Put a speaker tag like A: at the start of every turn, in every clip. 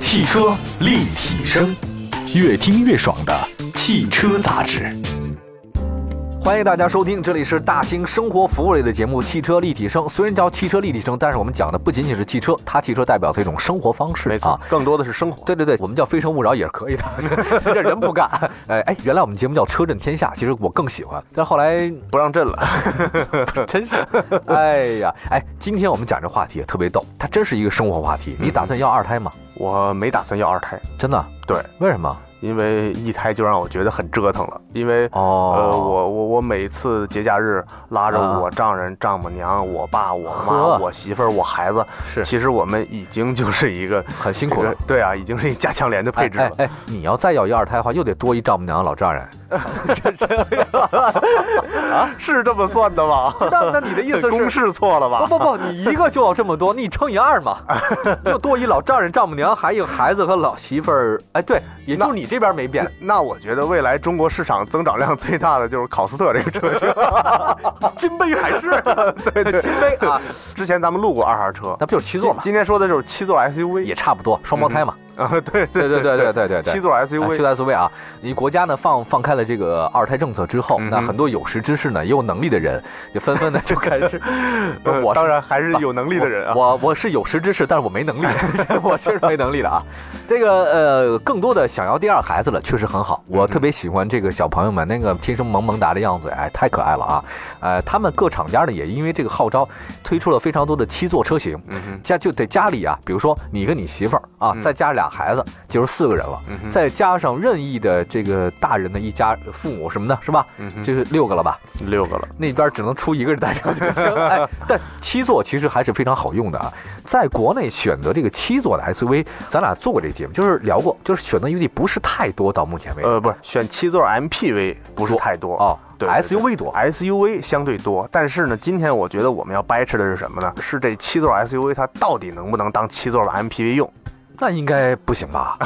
A: 汽车立体声，越听越爽的汽车杂志。
B: 欢迎大家收听，这里是大型生活服务类的节目《汽车立体声》。虽然叫汽车立体声，但是我们讲的不仅仅是汽车，它汽车代表的一种生活方式啊。
C: 更多的是生活。
B: 对对对，我们叫非诚勿扰也是可以的， 这人不干。哎哎，原来我们节目叫车震天下，其实我更喜欢，但后来
C: 不让震 了，
B: 真是，哎呀，哎，今天我们讲这话题也特别逗，它真是一个生活话题。你打算要二胎吗？
C: 我没打算要二胎，
B: 真的？
C: 对，
B: 为什么？
C: 因为一胎就让我觉得很折腾了。因为、呃，
B: 哦，
C: 我我我每次节假日拉着
B: 啊
C: 我丈人、丈母娘、我爸、我
B: 呵
C: 妈、我媳妇儿、我孩子，
B: 是
C: 其实我们已经就是一个
B: 很辛苦
C: 这
B: 了
C: 个。对啊，已经是一个加强连的配置了。
B: 哎哎哎，你要再要一二胎的话，又得多一丈母娘、老丈人。
C: 是这么算的吗？
B: 那那哎你的意思
C: 公
B: 是？
C: 式错了
B: 不
C: 吧？
B: 不不，你一个就要这么多，你乘以二嘛，又多一老丈人、丈母娘，还有一个孩子和老媳妇儿。哎，对，也就
C: 那
B: 你这边没变
C: 那，那我觉得未来中国市场增长量最大的就是考斯特这个车 型。
B: 金杯还是
C: 对对，
B: 金杯啊？
C: 之前咱们录过二孩车，
B: 那不就是七座
C: 今
B: 嘛，
C: 今天说的就是七座 SUV，
B: 也差不多，双胞胎嘛。
C: 啊，对
B: 对对对对对对对。
C: 七座
B: 哎
C: SUV，
B: 去 SUV 啊，你国家呢放放开了这个二胎政策之后，
C: 嗯哼，
B: 那很多有识之士呢也有能力的人，就纷纷的就开始
C: 呃
B: 我是
C: 当然还是有能力的人啊。
B: 我我我是有识之士，但是我没 能力， 我确实没能力的啊。这个呃，更多的想要第二孩子了，确实很好。
C: 嗯
B: 我特别喜欢这个小朋友们那个天生萌萌哒的样子，哎，太可爱了啊！呃，他们各厂家呢也因为这个号召，推出了非常多的七座车型。
C: 嗯哼，
B: 家就得家里啊，比如说你跟你媳妇儿啊，
C: 嗯
B: 再加上俩孩子，就是四个人了，
C: 嗯哼
B: 再加上任意的这个大人的一家父母什么的，是吧？
C: 嗯哼，
B: 就是六个了吧？
C: 六个了。
B: 那边只能出一个人带上就行。哎，但七座其实还是非常好用的啊。在国内选择这个七座的 SUV，咱俩做过这个节目，就是聊过，就是选择余地不是太多，到目前为止。
C: 呃，不是，选七座 MPV 不是太多
B: 哦
C: 呃对对对
B: SUV 多
C: SUV 相对多，但是呢，今天我觉得我们要掰扯的是什么呢？是这七座 SUV 它到底能不能当七座的 MPV 用？
B: 那应该不行吧？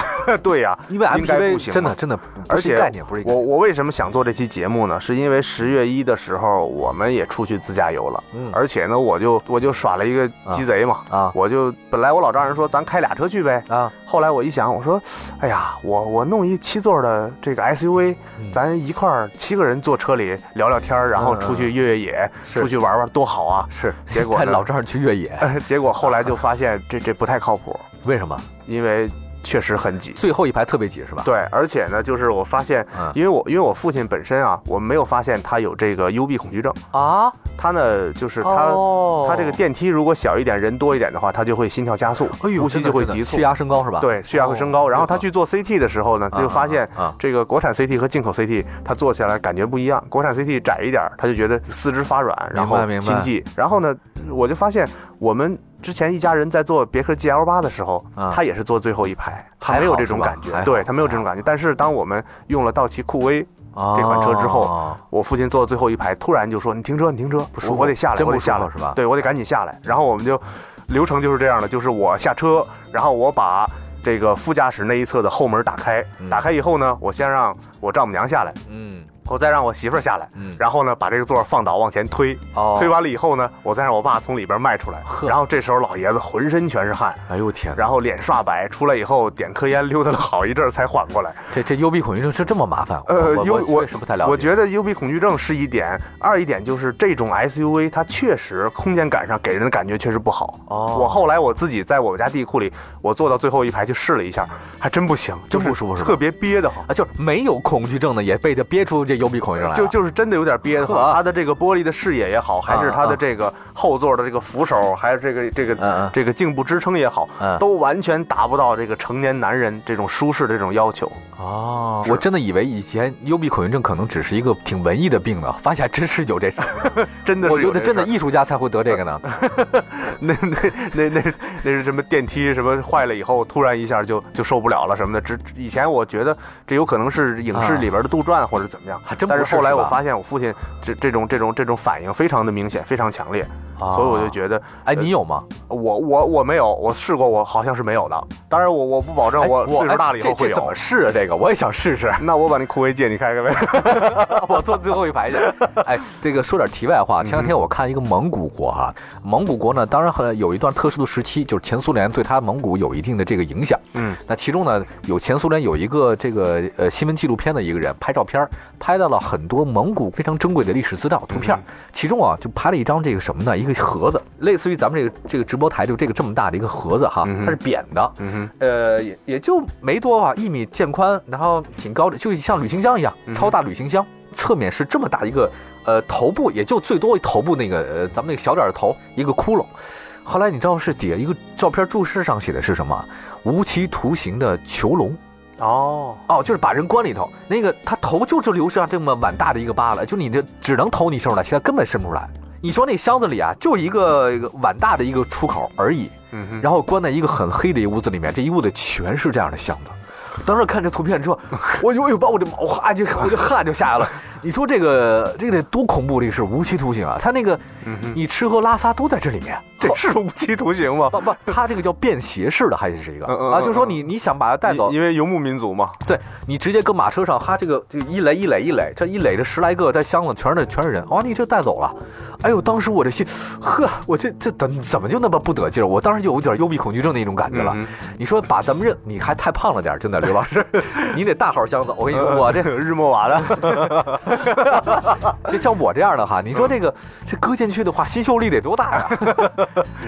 C: 对呀、
B: 呃因为
C: 应该不
B: MPV
C: 行
B: 真
C: 吧
B: 的真的不
C: 而
B: 不是一
C: 且
B: 个概念不是一个
C: 我我为什么想做这期节目呢？是因为十月一的时候我们也出去自驾游了，
B: 嗯
C: 而且呢，我就我就耍了一个鸡贼嘛，
B: 啊
C: 我就本来我老丈人说咱开俩车去呗，
B: 啊，
C: 后来我一想，我说，哎呀，我我弄一七座的这个 SUV，、
B: 嗯
C: 咱一块儿七个人坐车里聊聊天儿，然后
B: 嗯
C: 出去越越野，
B: 是
C: 出去玩玩多好 啊！
B: 是
C: 结果
B: 带
C: 呢
B: 老丈人去越野，
C: 结果后来就发现这这不太靠谱，
B: 为什么？
C: 因为确实很挤。
B: 最后一排特别挤是吧？
C: 对，而且呢，就是我发现，
B: 嗯
C: 因为我因为我父亲本身啊，我没有发现他有这个幽闭恐惧症，
B: 啊，
C: 他呢就是他、
B: 哦
C: 他这个，电梯如果小一点，人多一点的话，他就会心跳加速，
B: 哎呦，
C: 呼吸
B: 真的
C: 就会
B: 真的
C: 急促
B: 血，压升高是吧？
C: 对，血压会升高。
B: 哦
C: 然后他
B: 这个
C: 去做 CT 的时候呢，
B: 啊
C: 就发现
B: 啊啊
C: 这个国产 CT 和进口 CT，他做起来感觉不一样。国产 CT 窄一点儿，他就觉得四肢发软，然后
B: 明白
C: 心悸。然后呢，我就发现我们之前一家人在做别克 GL 八的时候
B: 啊，
C: 他也是坐最后一排，他
B: 还
C: 没有
B: 好
C: 这
B: 是
C: 种
B: 吧
C: 感觉
B: 还，
C: 对
B: 好
C: 他没有这种感觉。但是当我们用了道奇酷威。
B: 这
C: 这款车之后
B: 后
C: 我父亲坐最后一排，突然就说：“你停车，你停车，
B: 不舒
C: 我
B: 服
C: 我得下来，
B: 真
C: 我
B: 不
C: 得下
B: 舒
C: 来
B: 服，是吧
C: 对，我得赶紧下来。”然后我们就流程就是这样的，就是我下车，然后我把这个副驾驶那一侧的后门打开，
B: 嗯
C: 打开以后呢，我先让我丈母娘下来，
B: 嗯
C: 我再让我媳妇儿下来，
B: 嗯，
C: 然后呢，把这个座儿放倒往前推，
B: 哦
C: 推完了以后呢，我再让我爸从里边迈出来。
B: 呵
C: 然后这时候老爷子浑身全是汗，
B: 哎呦我天哪，
C: 然后脸刷白，出来以后点颗烟，溜达了好一阵儿才缓过来。
B: 这这幽闭恐惧症是这么麻烦？啊
C: 呃
B: 我
C: 幽
B: 我
C: 我
B: 确实不太了解。
C: 我觉得幽闭恐惧症是一点，二一点就是这种 SUV 它确实空间感上给人的感觉确实不好。
B: 哦
C: 我后来我自己在我们家地库里，我坐到最后一排去试了一下，还真不行，
B: 真不
C: 就是
B: 舒服是吧
C: 特别憋得慌。
B: 啊，就是没有恐惧症的也被他憋出这幽闭恐惧症来了。
C: 就就是真的有点憋得
B: 呵
C: 慌，它的这个玻璃的视野也好，还是它
B: 啊啊
C: 的这个后座的这个扶手，还有这个这
B: 嗯嗯
C: 个这个颈部支撑也好
B: 嗯，
C: 都完全达不到这个成年男人这种舒适的这种要求。
B: 哦，
C: 是
B: 我真的以为以前幽闭恐惧症可能只是一个挺文艺的病呢，发现还真是有 这事儿。
C: 真的是
B: 我觉
C: 有
B: 得
C: 这
B: 真的
C: 事儿
B: 艺术家才会得这个 呢。
C: 那那那那那是什么电梯什么坏了以后，突然一下就就受不了了什么的。只以前我觉得这有可能是影视里边的杜撰或者怎么样，
B: 啊还真不
C: 但
B: 是
C: 是后来
B: 是吧
C: 我发现我父亲这这种这种这种反应非常的明显，非常强烈。
B: 啊
C: 所以我就觉得
B: 哎，你有吗？
C: 我我我没有，我试过，我好像是没有的。当然我我不保证
B: 哎
C: 我岁数
B: 哎
C: 大了以
B: 这
C: 后会
B: 这怎
C: 有
B: 么。试啊？这个我也想试 试。
C: 那我把那酷威借你开开呗。
B: 我坐最后一排去。哎，这个说点题外
C: 嗯
B: 话，前两天我看一个蒙古国哈、蒙古国呢，当然很有一段特殊的时期，就是前苏联对它蒙古有一定的这个影响。
C: 嗯，
B: 那其中呢，有前苏联有一个这个呃新闻纪录片的一个人拍照片儿，拍到了很多蒙古非常珍贵的历史资料图片
C: 嗯
B: 儿，其中啊就拍了一张这个什么呢？一个盒子，类似于咱们这个这个直播台就这个这么大的一个盒子哈，
C: 嗯哼
B: 它是扁的，
C: 嗯哼，
B: 呃，也也就没多吧，一米见宽，然后挺高的，就像旅行箱一样，
C: 嗯哼
B: 超大旅行箱，侧面是这么大一个，呃，头部也就最多头部那个，呃，咱们那个小点儿的头一个窟窿。后来你知道是底下一个照片注释上写的是什么？无期徒刑的囚笼
C: 哦，
B: 哦，就是把人关里头，那个他头就只留下这么碗大的一个疤了，就你这只能头你伸出来，其他根本伸不出来。你说那箱子里啊，就一个一个碗大的一个出口而已，
C: 嗯哼，
B: 然后关在一个很黑的一屋子里面，这一屋子全是这样的箱子。当时看这图片之后， 我就哎呦把我这毛哈就我这汗就下来了。你说这个这个得多恐怖！这个是无期徒刑啊！他那个
C: 嗯哼，
B: 你吃喝拉撒都在这里面，
C: 这是无期徒刑吗？
B: 不不，他这个叫便携式的还是一个
C: 嗯嗯嗯
B: 啊，就说
C: 嗯
B: 你你想把他带走
C: 因，因为游牧民族嘛，
B: 对你直接搁马车上，哈，这个这一垒一垒一垒，这一垒这十来个，这箱子全是全是人，哦哇、你这带走了，哎呦，当时我这心，呵，我这这怎怎么就那么不得劲儿？我当时就有点幽闭恐惧症的一种感觉了。
C: 嗯
B: 你说把咱们认，你还太胖了点儿，真的，刘老 师，你得大号箱子。我跟你说，我这
C: 日默瓦的，
B: 就像我这样的哈，你
C: 嗯
B: 说这个这搁进去的话，吸嗅力得多大呀？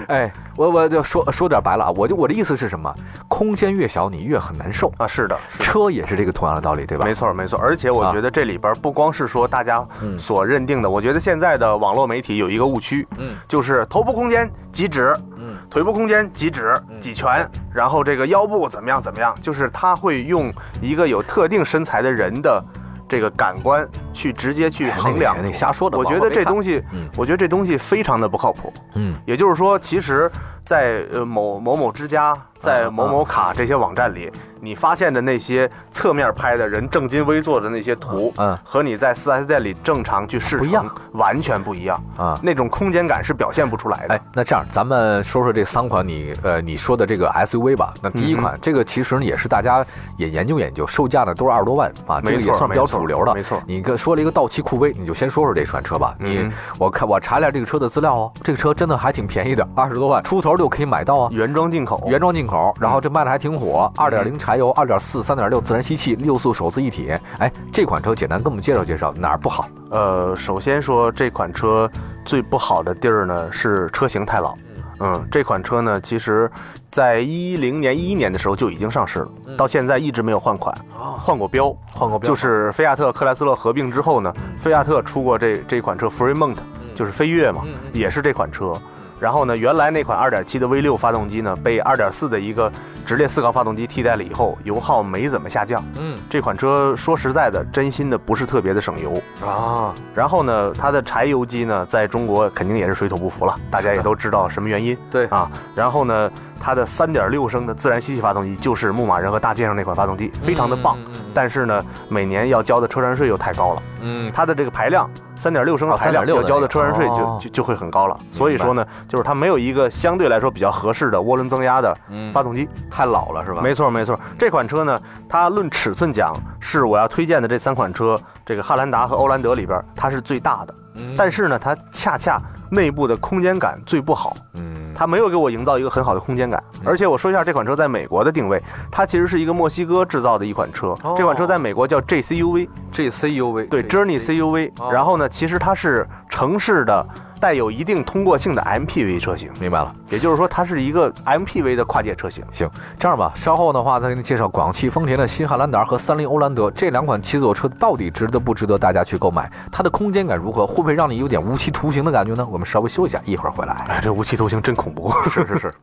B: 哎，我我就说说点白了啊，我就我的意思是什么？空间越小，你越很难受。
C: 啊，是的，是的
B: 车也是这个同样的道理，对吧？
C: 没错，没错，而且我
B: 啊
C: 觉得这里边不光是说大家
B: 嗯
C: 所认定的，我觉得现在的网络媒体有一个误区，
B: 嗯
C: 就是头部空间几指，
B: 嗯，
C: 腿部空间几指
B: 嗯
C: 几拳，然后这个腰部怎么样怎么样，就是他会用一个有特定身材的人的这个感官去直接去
B: 哎那个
C: 衡量。
B: 那个瞎说的
C: 我觉
B: 我
C: 得
B: 没
C: 这
B: 看
C: 东西
B: 嗯，
C: 我觉得这东西非常的不靠谱。
B: 嗯
C: 也就是说，其实，在呃某某某之家，
B: 啊
C: 在某某卡这些网站里，你发现的那些侧面拍的人正襟危坐的那些图，
B: 嗯
C: 和你在 4S 店里正常去试
B: 不一样
C: 乘完全不一样，
B: 啊。
C: 那种空间感是表现不出来的
B: 哎。，那这样咱们说说这三款你呃你说的这个 SUV 吧。那
C: 嗯
B: 第一款，这个其实呢也是大家也研究研究，售价呢都是二十多万啊，这
C: 没
B: 个也
C: 错
B: 算比较主流的。
C: 没错没错
B: 你跟说了一个道奇酷威，你就先说说这款车吧。你、
C: 嗯
B: 我看我查了一下这个车的资料哦，这个车真的还挺便宜的，二十多万出头就可以买到啊。
C: 原装进口，
B: 原装进口，然后
C: 嗯
B: 这卖的还挺火，二点零柴油，二点四、三点六自然吸气，六速手自一体。哎，这款车简单跟我们介绍介绍哪儿不好？
C: 呃，首先说这款车最不好的地儿呢是车型太老。嗯，这款车呢，其实，在一零年、一一年的时候就已经上市了，
B: 嗯
C: 到现在一直没有换款，哦换过标，
B: 换个标
C: 就是菲亚特克莱斯勒合并之后呢，菲亚特出过这这款车 Fremont，就是飞跃嘛
B: 嗯嗯，
C: 也是这款车。然后呢，原来那款2.7的 V6 发动机呢，被2.4的一个直列四缸发动机替代了以后，油耗没怎么下降。
B: 嗯
C: 这款车说实在的，真心的不是特别的省油。
B: 啊，
C: 然后呢，它的柴油机呢，在中国肯定也是水土不服了，大家也都知道什么原因
B: 对
C: 啊。然后呢，它的3.6升的自然吸气发动机就是牧马人和大街上那款发动机，非常的棒。
B: 嗯嗯嗯嗯
C: 但是呢，每年要交的车船税又太高了，
B: 嗯，
C: 它的这个排量三点六升
B: 哦
C: 的排量
B: 3.6
C: 要交的车船税
B: 的那个
C: 就
B: 哦
C: 就就会很高了。所以说呢，就是它没有一个相对来说比较合适的涡轮增压的
B: 嗯
C: 发动机。
B: 太老了是吧？
C: 没错没错，这款车呢，它论尺寸讲是我要推荐的这三款车，这个汉兰达和欧蓝德里边儿它是最大的，
B: 嗯，
C: 但是呢，它恰恰内部的空间感最不好，
B: 嗯，
C: 它没有给我营造一个很好的空间感。而且我说一下这款车在美国的定位，它其实是一个墨西哥制造的一款车
B: 哦，
C: 这款车在美国叫 JCUV，
B: GCUV
C: 对 Journey CUV，
B: 哦
C: 然后呢，其实它是城市的带有一定通过性的 MPV 车型，
B: 明白了。
C: 也就是说它是一个 MPV 的跨界车型。
B: 行，这样吧，稍后的话再给你介绍广汽丰田的新汉兰达和三菱欧蓝德这两款七座车到底值得不值得大家去购买，它的空间感如何，会不会让你有点无期徒刑的感觉呢？我们稍微休息一下，一会儿回来。
C: 哎，这无期徒刑真恐怖。
B: 是是是。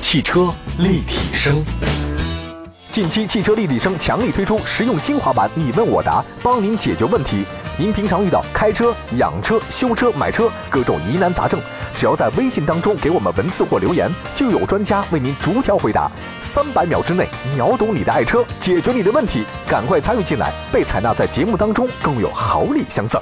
A: 汽车立体声，
B: 近期汽车立体声强力推出实用精华版，你问我答，帮您解决问题。您平常遇到开车、养车、修车、买车各种疑难杂症，只要在微信当中给我们文字或留言，就有专家为您逐条回答。三百秒之内秒懂你的爱车，解决你的问题，赶快参与进来，被采纳在节目当中更有好礼相赠。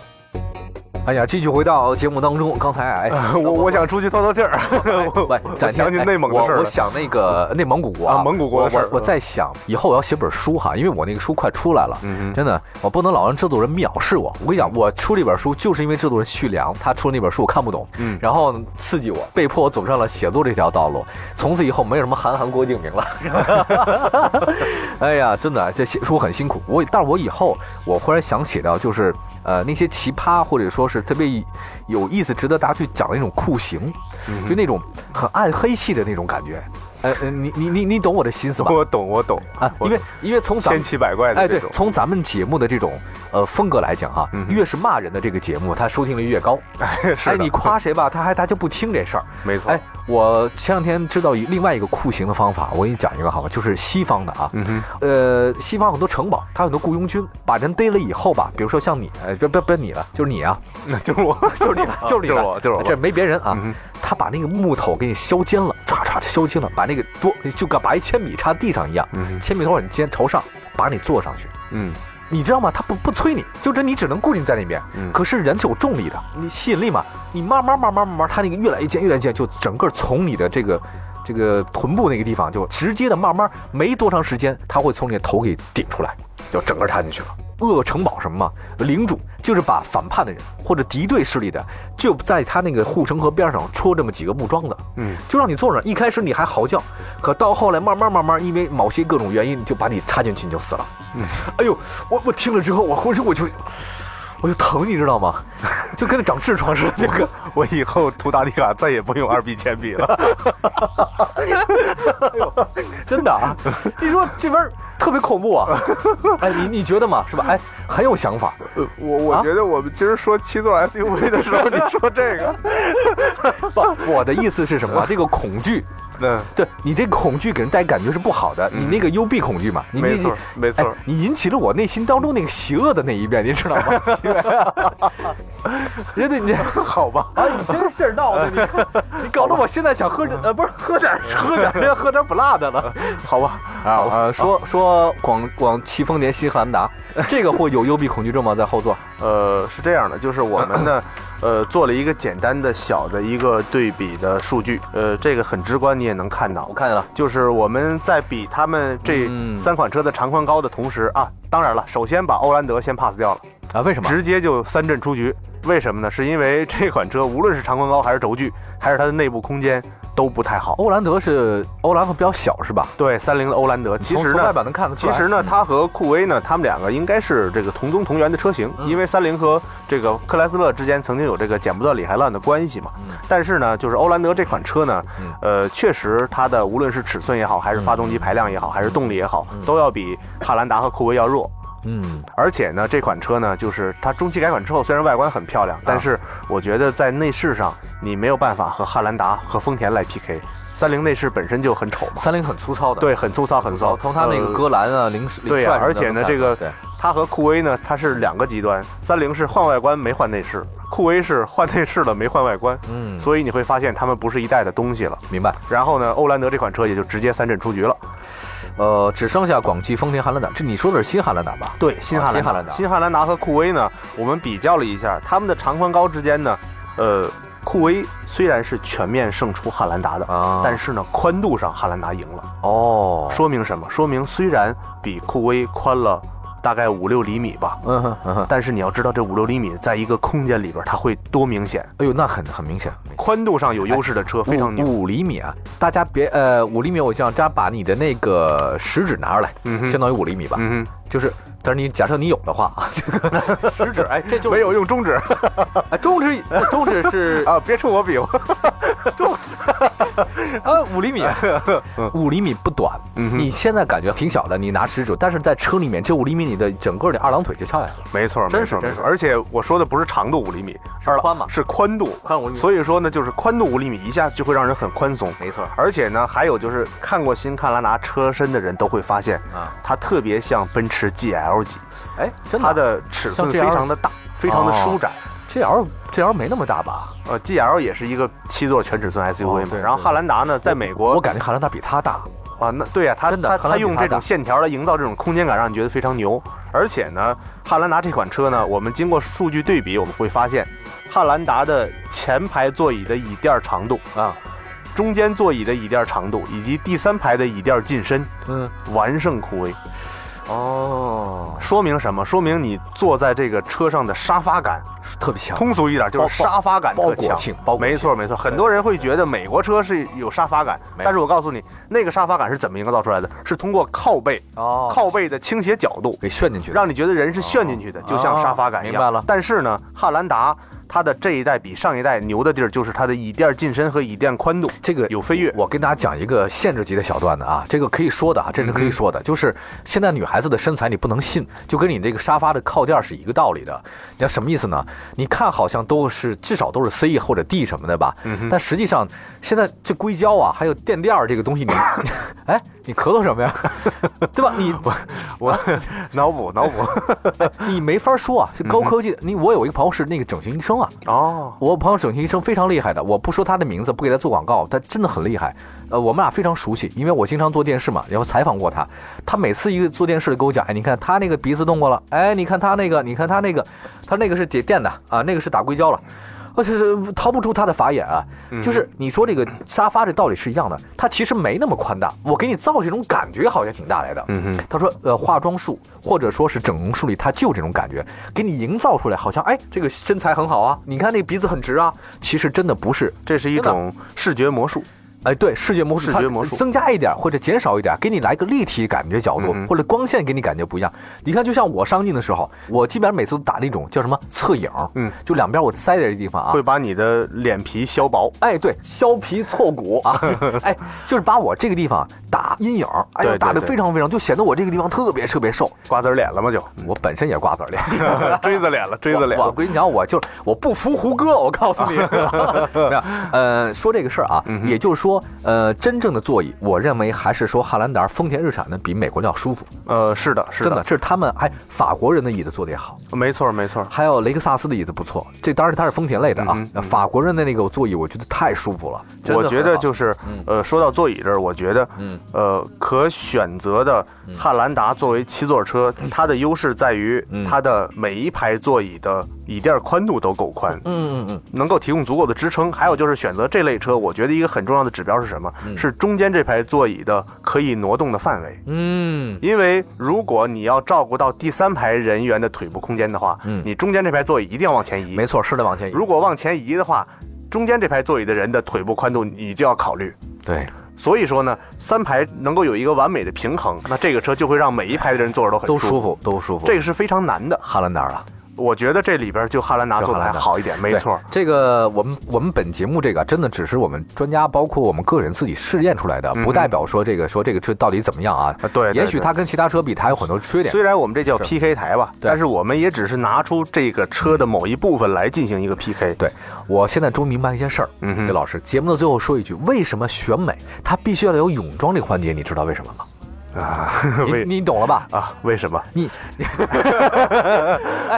B: 哎呀，继续回到节目当中，刚才哎，
C: 我我想出去透透气儿， 我
B: 喂，
C: 我
B: 展现
C: 想起
B: 哎
C: 内蒙的事
B: 我
C: 儿
B: 我
C: 了。
B: 想那个内蒙古国
C: 啊蒙古国的事
B: 我
C: 儿
B: 我我在想以后我要写本书哈，因为我那个书快出来了，
C: 嗯哼
B: 真的，我不能老让制作人藐视我。我跟你讲，我出这本书就是因为制作人旭良，他出那本书我看不懂，
C: 嗯
B: 然后刺激我，被迫我走上了写作这条道路。从此以后没有什么韩寒、郭敬明了。 哎呀，真的，这写书很辛苦。我，但是我以后我忽然想写到，就是呃那些奇葩或者说是特别有意思、值得大家去讲的那种酷刑，
C: 嗯
B: 就那种很暗黑系的那种感觉。呃，呃你你你你懂我的心思吧？
C: 我懂，我懂
B: 啊，
C: 我
B: 因为因为从咱们
C: 千奇百怪的
B: 哎，
C: 这
B: 对
C: 种，，
B: 从咱们节目的这种呃风格来讲哈、
C: 嗯哼
B: 越是骂人的这个节目，它收听率越高。
C: 是
B: 哎，
C: 的哦
B: 你夸谁吧，他还他就不听这事儿。
C: 没错
B: 哎，，我前两天知道一另外一个酷刑的方法，我给你讲一个好吗？就是西方的啊，
C: 嗯 哼，
B: 呃，西方很多城堡，它有很多雇佣军，把人逮了以后吧，比如说像你，呃，不不不是你了，就是你啊，
C: 那 就是我，
B: 就是你了，就是你
C: 啊就是
B: 了，
C: 我，就是我吧，
B: 这没别人啊，
C: 嗯哼
B: 他把那个木头给你削尖了，唰唰就削尖了，把那个多就跟把一铅笔插地上一样，
C: 嗯哼
B: 铅笔头很尖，朝上把你坐上去。
C: 嗯
B: 你知道吗？他不不催你，就这你只能固定在那边。
C: 嗯
B: 可是人是有重力的，你吸引力嘛，你慢慢慢慢慢慢，它那个越来越尖，越来越尖，就整个从你的这个这个臀部那个地方，就直接的慢慢，没多长时间，它会从你的头给顶出来，就整个插进去了。恶城堡什么嘛，领主就是把反叛的人或者敌对势力的，就在他那个护城河边上戳这么几个木桩子，
C: 嗯，
B: 就让你坐那儿。一开始你还嚎叫，可到后来慢慢慢慢，因为某些各种原因，就把你插进去，你就死了。哎呦，我我听了之后，我浑身我就我就疼，你知道吗？就跟那长痔疮似的。那个
C: 我以后涂打底卡再也不用二 B 铅笔了，
B: 真的啊， 你说这边儿特别恐怖 啊！哎，你你觉得嘛，是吧？哎，很有想法。
C: 呃 我我
B: 啊
C: 觉得我们今儿说七 座 SUV 的时候，你说这个，
B: 不，我的意思是什么？这个恐惧，
C: 那
B: 对你这个恐惧给人带感觉是不好的。你那个幽闭恐惧嘛，你
C: 没错
B: 你
C: 没错
B: 哎你引起了我内心当中那个邪恶的那一面，你知道 吗？真的，你这
C: 好吧，
B: 啊，你真事儿闹的， 你你搞得我现在想喝呃，不是喝点儿喝点 儿喝点儿不辣的了。
C: 好吧，
B: 啊，呃，说说广广汽丰田新汉兰 达，啊这个会有幽闭恐惧症吗？在后座？
C: 呃，是这样的，就是我们 呢，呃，做了一个简单的小的一个对比的数据，呃，这个很直观，你也能看到
B: 我。看见了，
C: 就是我们在比他们这
B: 嗯
C: 三款车的长宽高的同时啊，当然了，首先把欧蓝德先 pass 掉了，
B: 啊，为什么？
C: 直接就三阵出局。为什么呢？是 因为这款车无论是长宽高还是轴距，还是它的内部空间都不太好。
B: 欧蓝德是欧蓝会比较小是吧？
C: 对，三菱的欧蓝德，其
B: 从
C: 实
B: 从外
C: 呢，
B: 表能看得出
C: 其
B: 来。
C: 实呢，它和酷威呢，它们两个应该是这个同宗同源的车型，
B: 嗯
C: 因为三菱和这个克莱斯勒之间曾经有这个剪不断理还乱的关系嘛。
B: 嗯
C: 但是呢，就是欧蓝德这款车呢，
B: 嗯
C: 呃，确实它的无论是尺寸也好，还是发动机排量也好，还是动力也好，都要比汉兰达和酷威要弱。
B: 嗯，
C: 而且呢，这款车呢，就是它中期改款之后，虽然外观很
B: 啊
C: 漂亮，但是我觉得在内饰上，你没有办法和汉兰达和丰田来 PK。三菱内饰本身就很丑嘛，
B: 三菱很粗糙的，
C: 对，很粗糙，很粗糙。
B: 嗯从它那个
C: 呃
B: 戈兰啊、零零
C: 对
B: 帅什
C: 呀
B: 么的
C: 而且呢
B: 能看
C: 这个
B: 对
C: 它和酷威呢，它是两个极端。三菱是换外观没换内饰，酷威是换内饰了没换外观，
B: 嗯，
C: 所以你会发现它们不是一代的东西了。
B: 明白。
C: 然后呢，欧蓝德这款车也就直接三阵出局了。
B: 呃，只剩下广汽丰田汉兰达，这你说的是新汉兰达吧？
C: 对，新
B: 啊
C: 汉
B: 新
C: 兰达、
B: 汉兰达
C: 新汉兰达和酷威呢，我们比较了一下，它们的长宽高之间呢，呃，酷威虽然是全面胜出汉兰达的，
B: 啊，
C: 但
B: 是
C: 是呢，宽度上汉兰达赢了。
B: 哦，
C: 说明什么？说明虽然比酷威宽了大概五六厘米吧，
B: 嗯哼嗯哼，
C: 但是你要知道，这五六厘米在一个空间里边，它会多明显。
B: 哎呦，那很很明显。
C: 宽度上有优势的
B: 哦
C: 车非常牛。
B: 五五厘米啊！大家别呃，五厘米，我想大家把你的那个食指拿出来，
C: 嗯哼
B: 相当于五厘米吧。
C: 嗯
B: 就是，但是你假设你有的话 啊，这个食指，哎，这
C: 哼，
B: 就
C: 没有用中指
B: 哎，中指，中指是
C: 啊！别冲我比划。
B: 呃五厘米， 五厘米不短。
C: 嗯哼
B: 你现在感觉挺小的，你拿食指，但是在车里面，这五厘米你的整个的二郎腿就翘下来了。
C: 没错，
B: 真
C: 没
B: 是
C: 错，没
B: 真是
C: 错。而且我说的不是长度五厘米，
B: 是
C: 而
B: 宽嘛
C: 是宽度，
B: 宽5厘米
C: 所以说呢，就是宽度五厘米一下就会让人很宽松。
B: 没错
C: 而且呢，还有就是看过新汉兰达车身的人都会发现，
B: 啊，
C: 它特别像奔驰 GL 级，
B: 哎，真的
C: 它
B: 啊，
C: 的尺寸
B: 像
C: 非
B: GL
C: 常的大，非常的
B: 哦
C: 舒展。
B: 这 L 这 L 没那么大吧？
C: 呃，GL 也是一个七座全尺寸 SUV
B: 哦
C: 嘛。
B: 对
C: 然后
B: 对
C: 汉兰达呢，在美国
B: 我感觉汉兰达比它大。
C: 啊，那对呀、它
B: 真的
C: 它
B: 荷
C: 它
B: 兰比
C: 用
B: 它
C: 这种
B: 大
C: 线条来营造这种空间感，让你觉得非常牛。而且呢，汉兰达这款车呢，我们经过数据对比，我们会发现，汉兰达的前排座椅的椅垫长度、
B: 啊，
C: 中间座椅的椅垫长度以及第三排的椅垫进深
B: 嗯，
C: 完胜酷威，
B: 哦，
C: 说明什么？说明你坐在这个车上的沙发感，
B: 特别强，
C: 通俗一点就是
B: 包包
C: 沙发感
B: 包
C: 特
B: 裹
C: 强。
B: 性，包裹
C: 没错没错，很多人会觉得美国车是有沙发感，
B: 没有
C: 但是我告诉你，那个沙发感是怎么营造出来的？是通过靠背、
B: 哦，
C: 靠背的倾斜角度，
B: 给炫进去的，
C: 让你觉得人是陷进去的，
B: 哦
C: 就像沙发感一样。
B: 明白了
C: 但是呢，汉兰达它的这一代比上一代牛的地儿，就是它的椅垫进深和椅垫宽度
B: 这个
C: 有飞跃。
B: 我跟大家讲一个限制级的小段子啊，这个可以说的啊，这是可
C: 嗯
B: 以说的，就是现在女孩子的身材你不能信，就跟你那个沙发的靠垫是一个道理的。你要什么意思呢？你看好像都是至少都是 C 或者 D 什么的吧，
C: 嗯哼
B: 但实际上现在这硅胶啊，还有垫垫儿这个东 西你，哎，你咳嗽什么呀？ 对吧？你
C: 我 脑补 脑补
B: 你没法说啊，这高科技。你我有一个朋友是那个整形医生啊，
C: 哦，
B: 我朋友整形医生非常厉害的，我不说他的名字，不给他做广告，他真的很厉害。呃，我们俩非常熟悉，因为我经常做电视嘛，然后采访过他。他每次一个做电视的跟我讲，哎，你看他那个鼻子动过了，哎，你看他那个，你看他那个，他那个是叠垫的啊，那个是打硅胶了。而且是逃不出他的法眼啊，
C: 嗯
B: 就是你说这个沙发这道理是一样的，它其实没那么宽大，我给你造这种感觉好像挺大来的，
C: 嗯哼，
B: 他说，呃，化妆术或者说是整容术里，他就有这种感觉，给你营造出来，好像哎，这个身材很好啊，你看那鼻子很直啊，其实真的不是，
C: 这是一种视觉魔术。
B: 哎，对，视觉魔术，
C: 视
B: 它
C: 觉魔术
B: 增加一点或者减少一点，给你来个立体感觉角度、
C: 嗯哼
B: 或者光线给你感觉不一样。你看，就像我上镜的时候，我基本上每次都打那种叫什么侧影，
C: 嗯，
B: 就两边我塞在这地方啊，
C: 会把你的脸皮削薄，
B: 哎，对，削皮挫骨 啊，哎，就是把我这个地方打阴影，哎呦，
C: 对对
B: 打的
C: 对
B: 非常非常，就显得我这个地方特别特别瘦。
C: 瓜子脸了吗？就
B: 我本身也瓜子儿脸。
C: 锥子脸了，锥子脸
B: 我。我
C: 了。
B: 跟你讲，我就是我不服胡歌，我告诉 你。没有，呃，说这个事儿啊，
C: 嗯
B: 也就是说，呃，真正的座椅，我认为还是说汉兰达、丰田、日产的比美国的要舒服，
C: 呃，是的，是
B: 真的，，这是他们还法国人的椅子坐的也好。
C: 没错没错。
B: 还有雷克萨斯的椅子不错，这当然它是丰田类的啊
C: 嗯哼。
B: 那法国人的那个座椅，我觉得太舒服了。真的
C: 我觉
B: 很
C: 得
B: 好
C: 就是
B: 嗯，
C: 呃，说到座椅这儿，我觉得，
B: 嗯
C: 呃，可选择的汉兰达作为七座车，它的优势在于
B: 嗯
C: 它的每一排座椅的椅垫宽度都够宽，
B: 嗯嗯嗯，
C: 能够提供足够的支撑。还有就是选择这类车，我觉得一个很重要的指标是什么？是中间这排座椅的可以挪动的范围。
B: 嗯，
C: 因为如果你要照顾到第三排人员的腿部空间的话，
B: 嗯
C: 你中间这排座椅一定要往前移
B: 没。错，是得往前移。
C: 如果往前移的话，中间这排座椅的人的腿部宽度你就要考虑。
B: 对，
C: 所以说呢，三排能够有一个完美的平衡，那这个车就会让每一排的人坐着都很
B: 都
C: 舒
B: 舒。服，都舒服。
C: 这个是非常难的，
B: 汉兰达啊，
C: 我觉得这里边就汉兰达
B: 就
C: 做
B: 汉
C: 的
B: 兰
C: 还
B: 达
C: 好一点，没
B: 对
C: 错。
B: 这个我们我们本节目这个啊真的只是我们专家，包括我们个人自己试验出来的，
C: 嗯
B: 不代表说这个说这个车到底怎么样啊。
C: 啊，对，对
B: 也许它跟其他车比，它有很多缺
C: 对
B: 点。
C: 虽然我们这叫
B: 是
C: PK 台吧，
B: 对
C: 但是我们也只是拿出这个车的某一部分来进行一个 PK。
B: 对，我现在终于明白一件事儿，
C: 嗯哼
B: 刘老师，节目的最后说一句，为什么选美它必须要有泳装这个环节？你知道为什么 吗？
C: 啊，
B: 你
C: 为
B: 你懂了吧？
C: 啊，为什么？
B: 你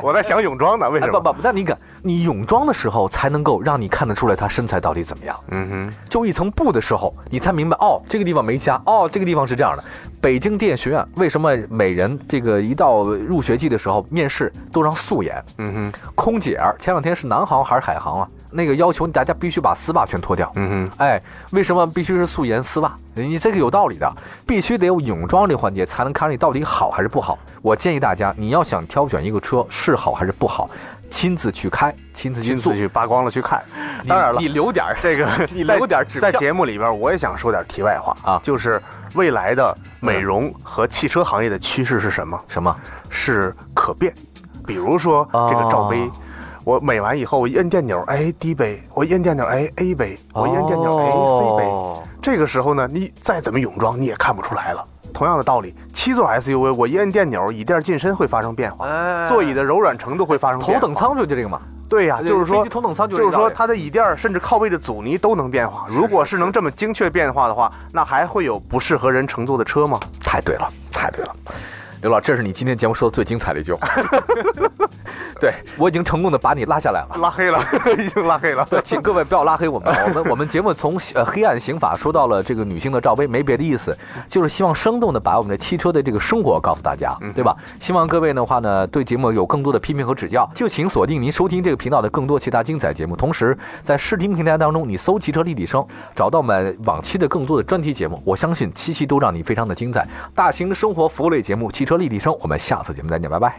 C: 我在想泳装呢，为
B: 哎
C: 什
B: 不
C: 么？
B: 不，那你敢你泳装的时候才能够让你看得出来她身材到底怎么样。
C: 嗯哼，
B: 就一层布的时候，你才明白哦，这个地方没加，哦，这个地方是这样的。北京电影学院为什么每人这个一到入学季的时候面试都让素颜？
C: 嗯哼，
B: 空姐儿前两天是南航还是海航啊？那个要求大家必须把丝袜全脱掉。
C: 嗯哼，
B: 哎，为什么必须是素颜丝袜？你这个有道理的，必须得有泳装这个环节才能看出你到底好还是不好。我建议大家，你要想挑选一个车是好还是不好，亲自去开，亲自去
C: 亲
B: 坐
C: 自。去扒光了去看。
B: 你
C: 当然了
B: 你，留点儿
C: 这个
B: 你
C: 在
B: 留点指
C: 在
B: 标
C: 节目里边，我也想说点题外话
B: 啊
C: 就是未来的美容和汽车行业的趋势是什么？
B: 什么？
C: 是可变，比如说
B: 哦
C: 这个罩杯。我美完以后，我一摁电钮，哎，D 杯；我一摁电钮，哎，A 杯；我一摁电钮，哎，C 杯。
B: 哦
C: 这个时候呢，你再怎么泳装，你也看不出来了。同样的道理，七座 SUV，我一摁电钮，椅垫进深会发生变化，
B: 哎
C: 座椅的柔软程度会发生
B: 头
C: 变化。
B: 等舱不就这个嘛，
C: 对呀、就是
B: 飞
C: 说
B: 机头等舱
C: 就
B: 这
C: 是
B: 个道
C: 说
B: 理
C: 它的椅垫儿甚至靠背的阻尼都能变化。如果是能这么精确变化的话，那还会有不适合人乘坐的车吗？
B: 太对了，太对了。刘老，这是你今天节目说的最精彩的一句 话。对我已经成功的把你拉下来了。
C: 拉黑 了，已经拉黑了。
B: 对，请各位不要拉黑我们。啊我们我们节目从呃黑暗刑法说到了这个女性的罩杯，没别的意思，就是希望生动的把我们的汽车的这个生活告诉大家，对吧？希望各位的话呢，对节目有更多的批评和指教，就请锁定您收听这个频道的更多其他精彩节目。同时，在视听平台当中，你搜“汽车立体声”，找到我们往期的更多的专题节目，我相信期期都让你非常的精彩。大型生活服务类节目《汽车立体声》，我们下次节目再见，拜拜。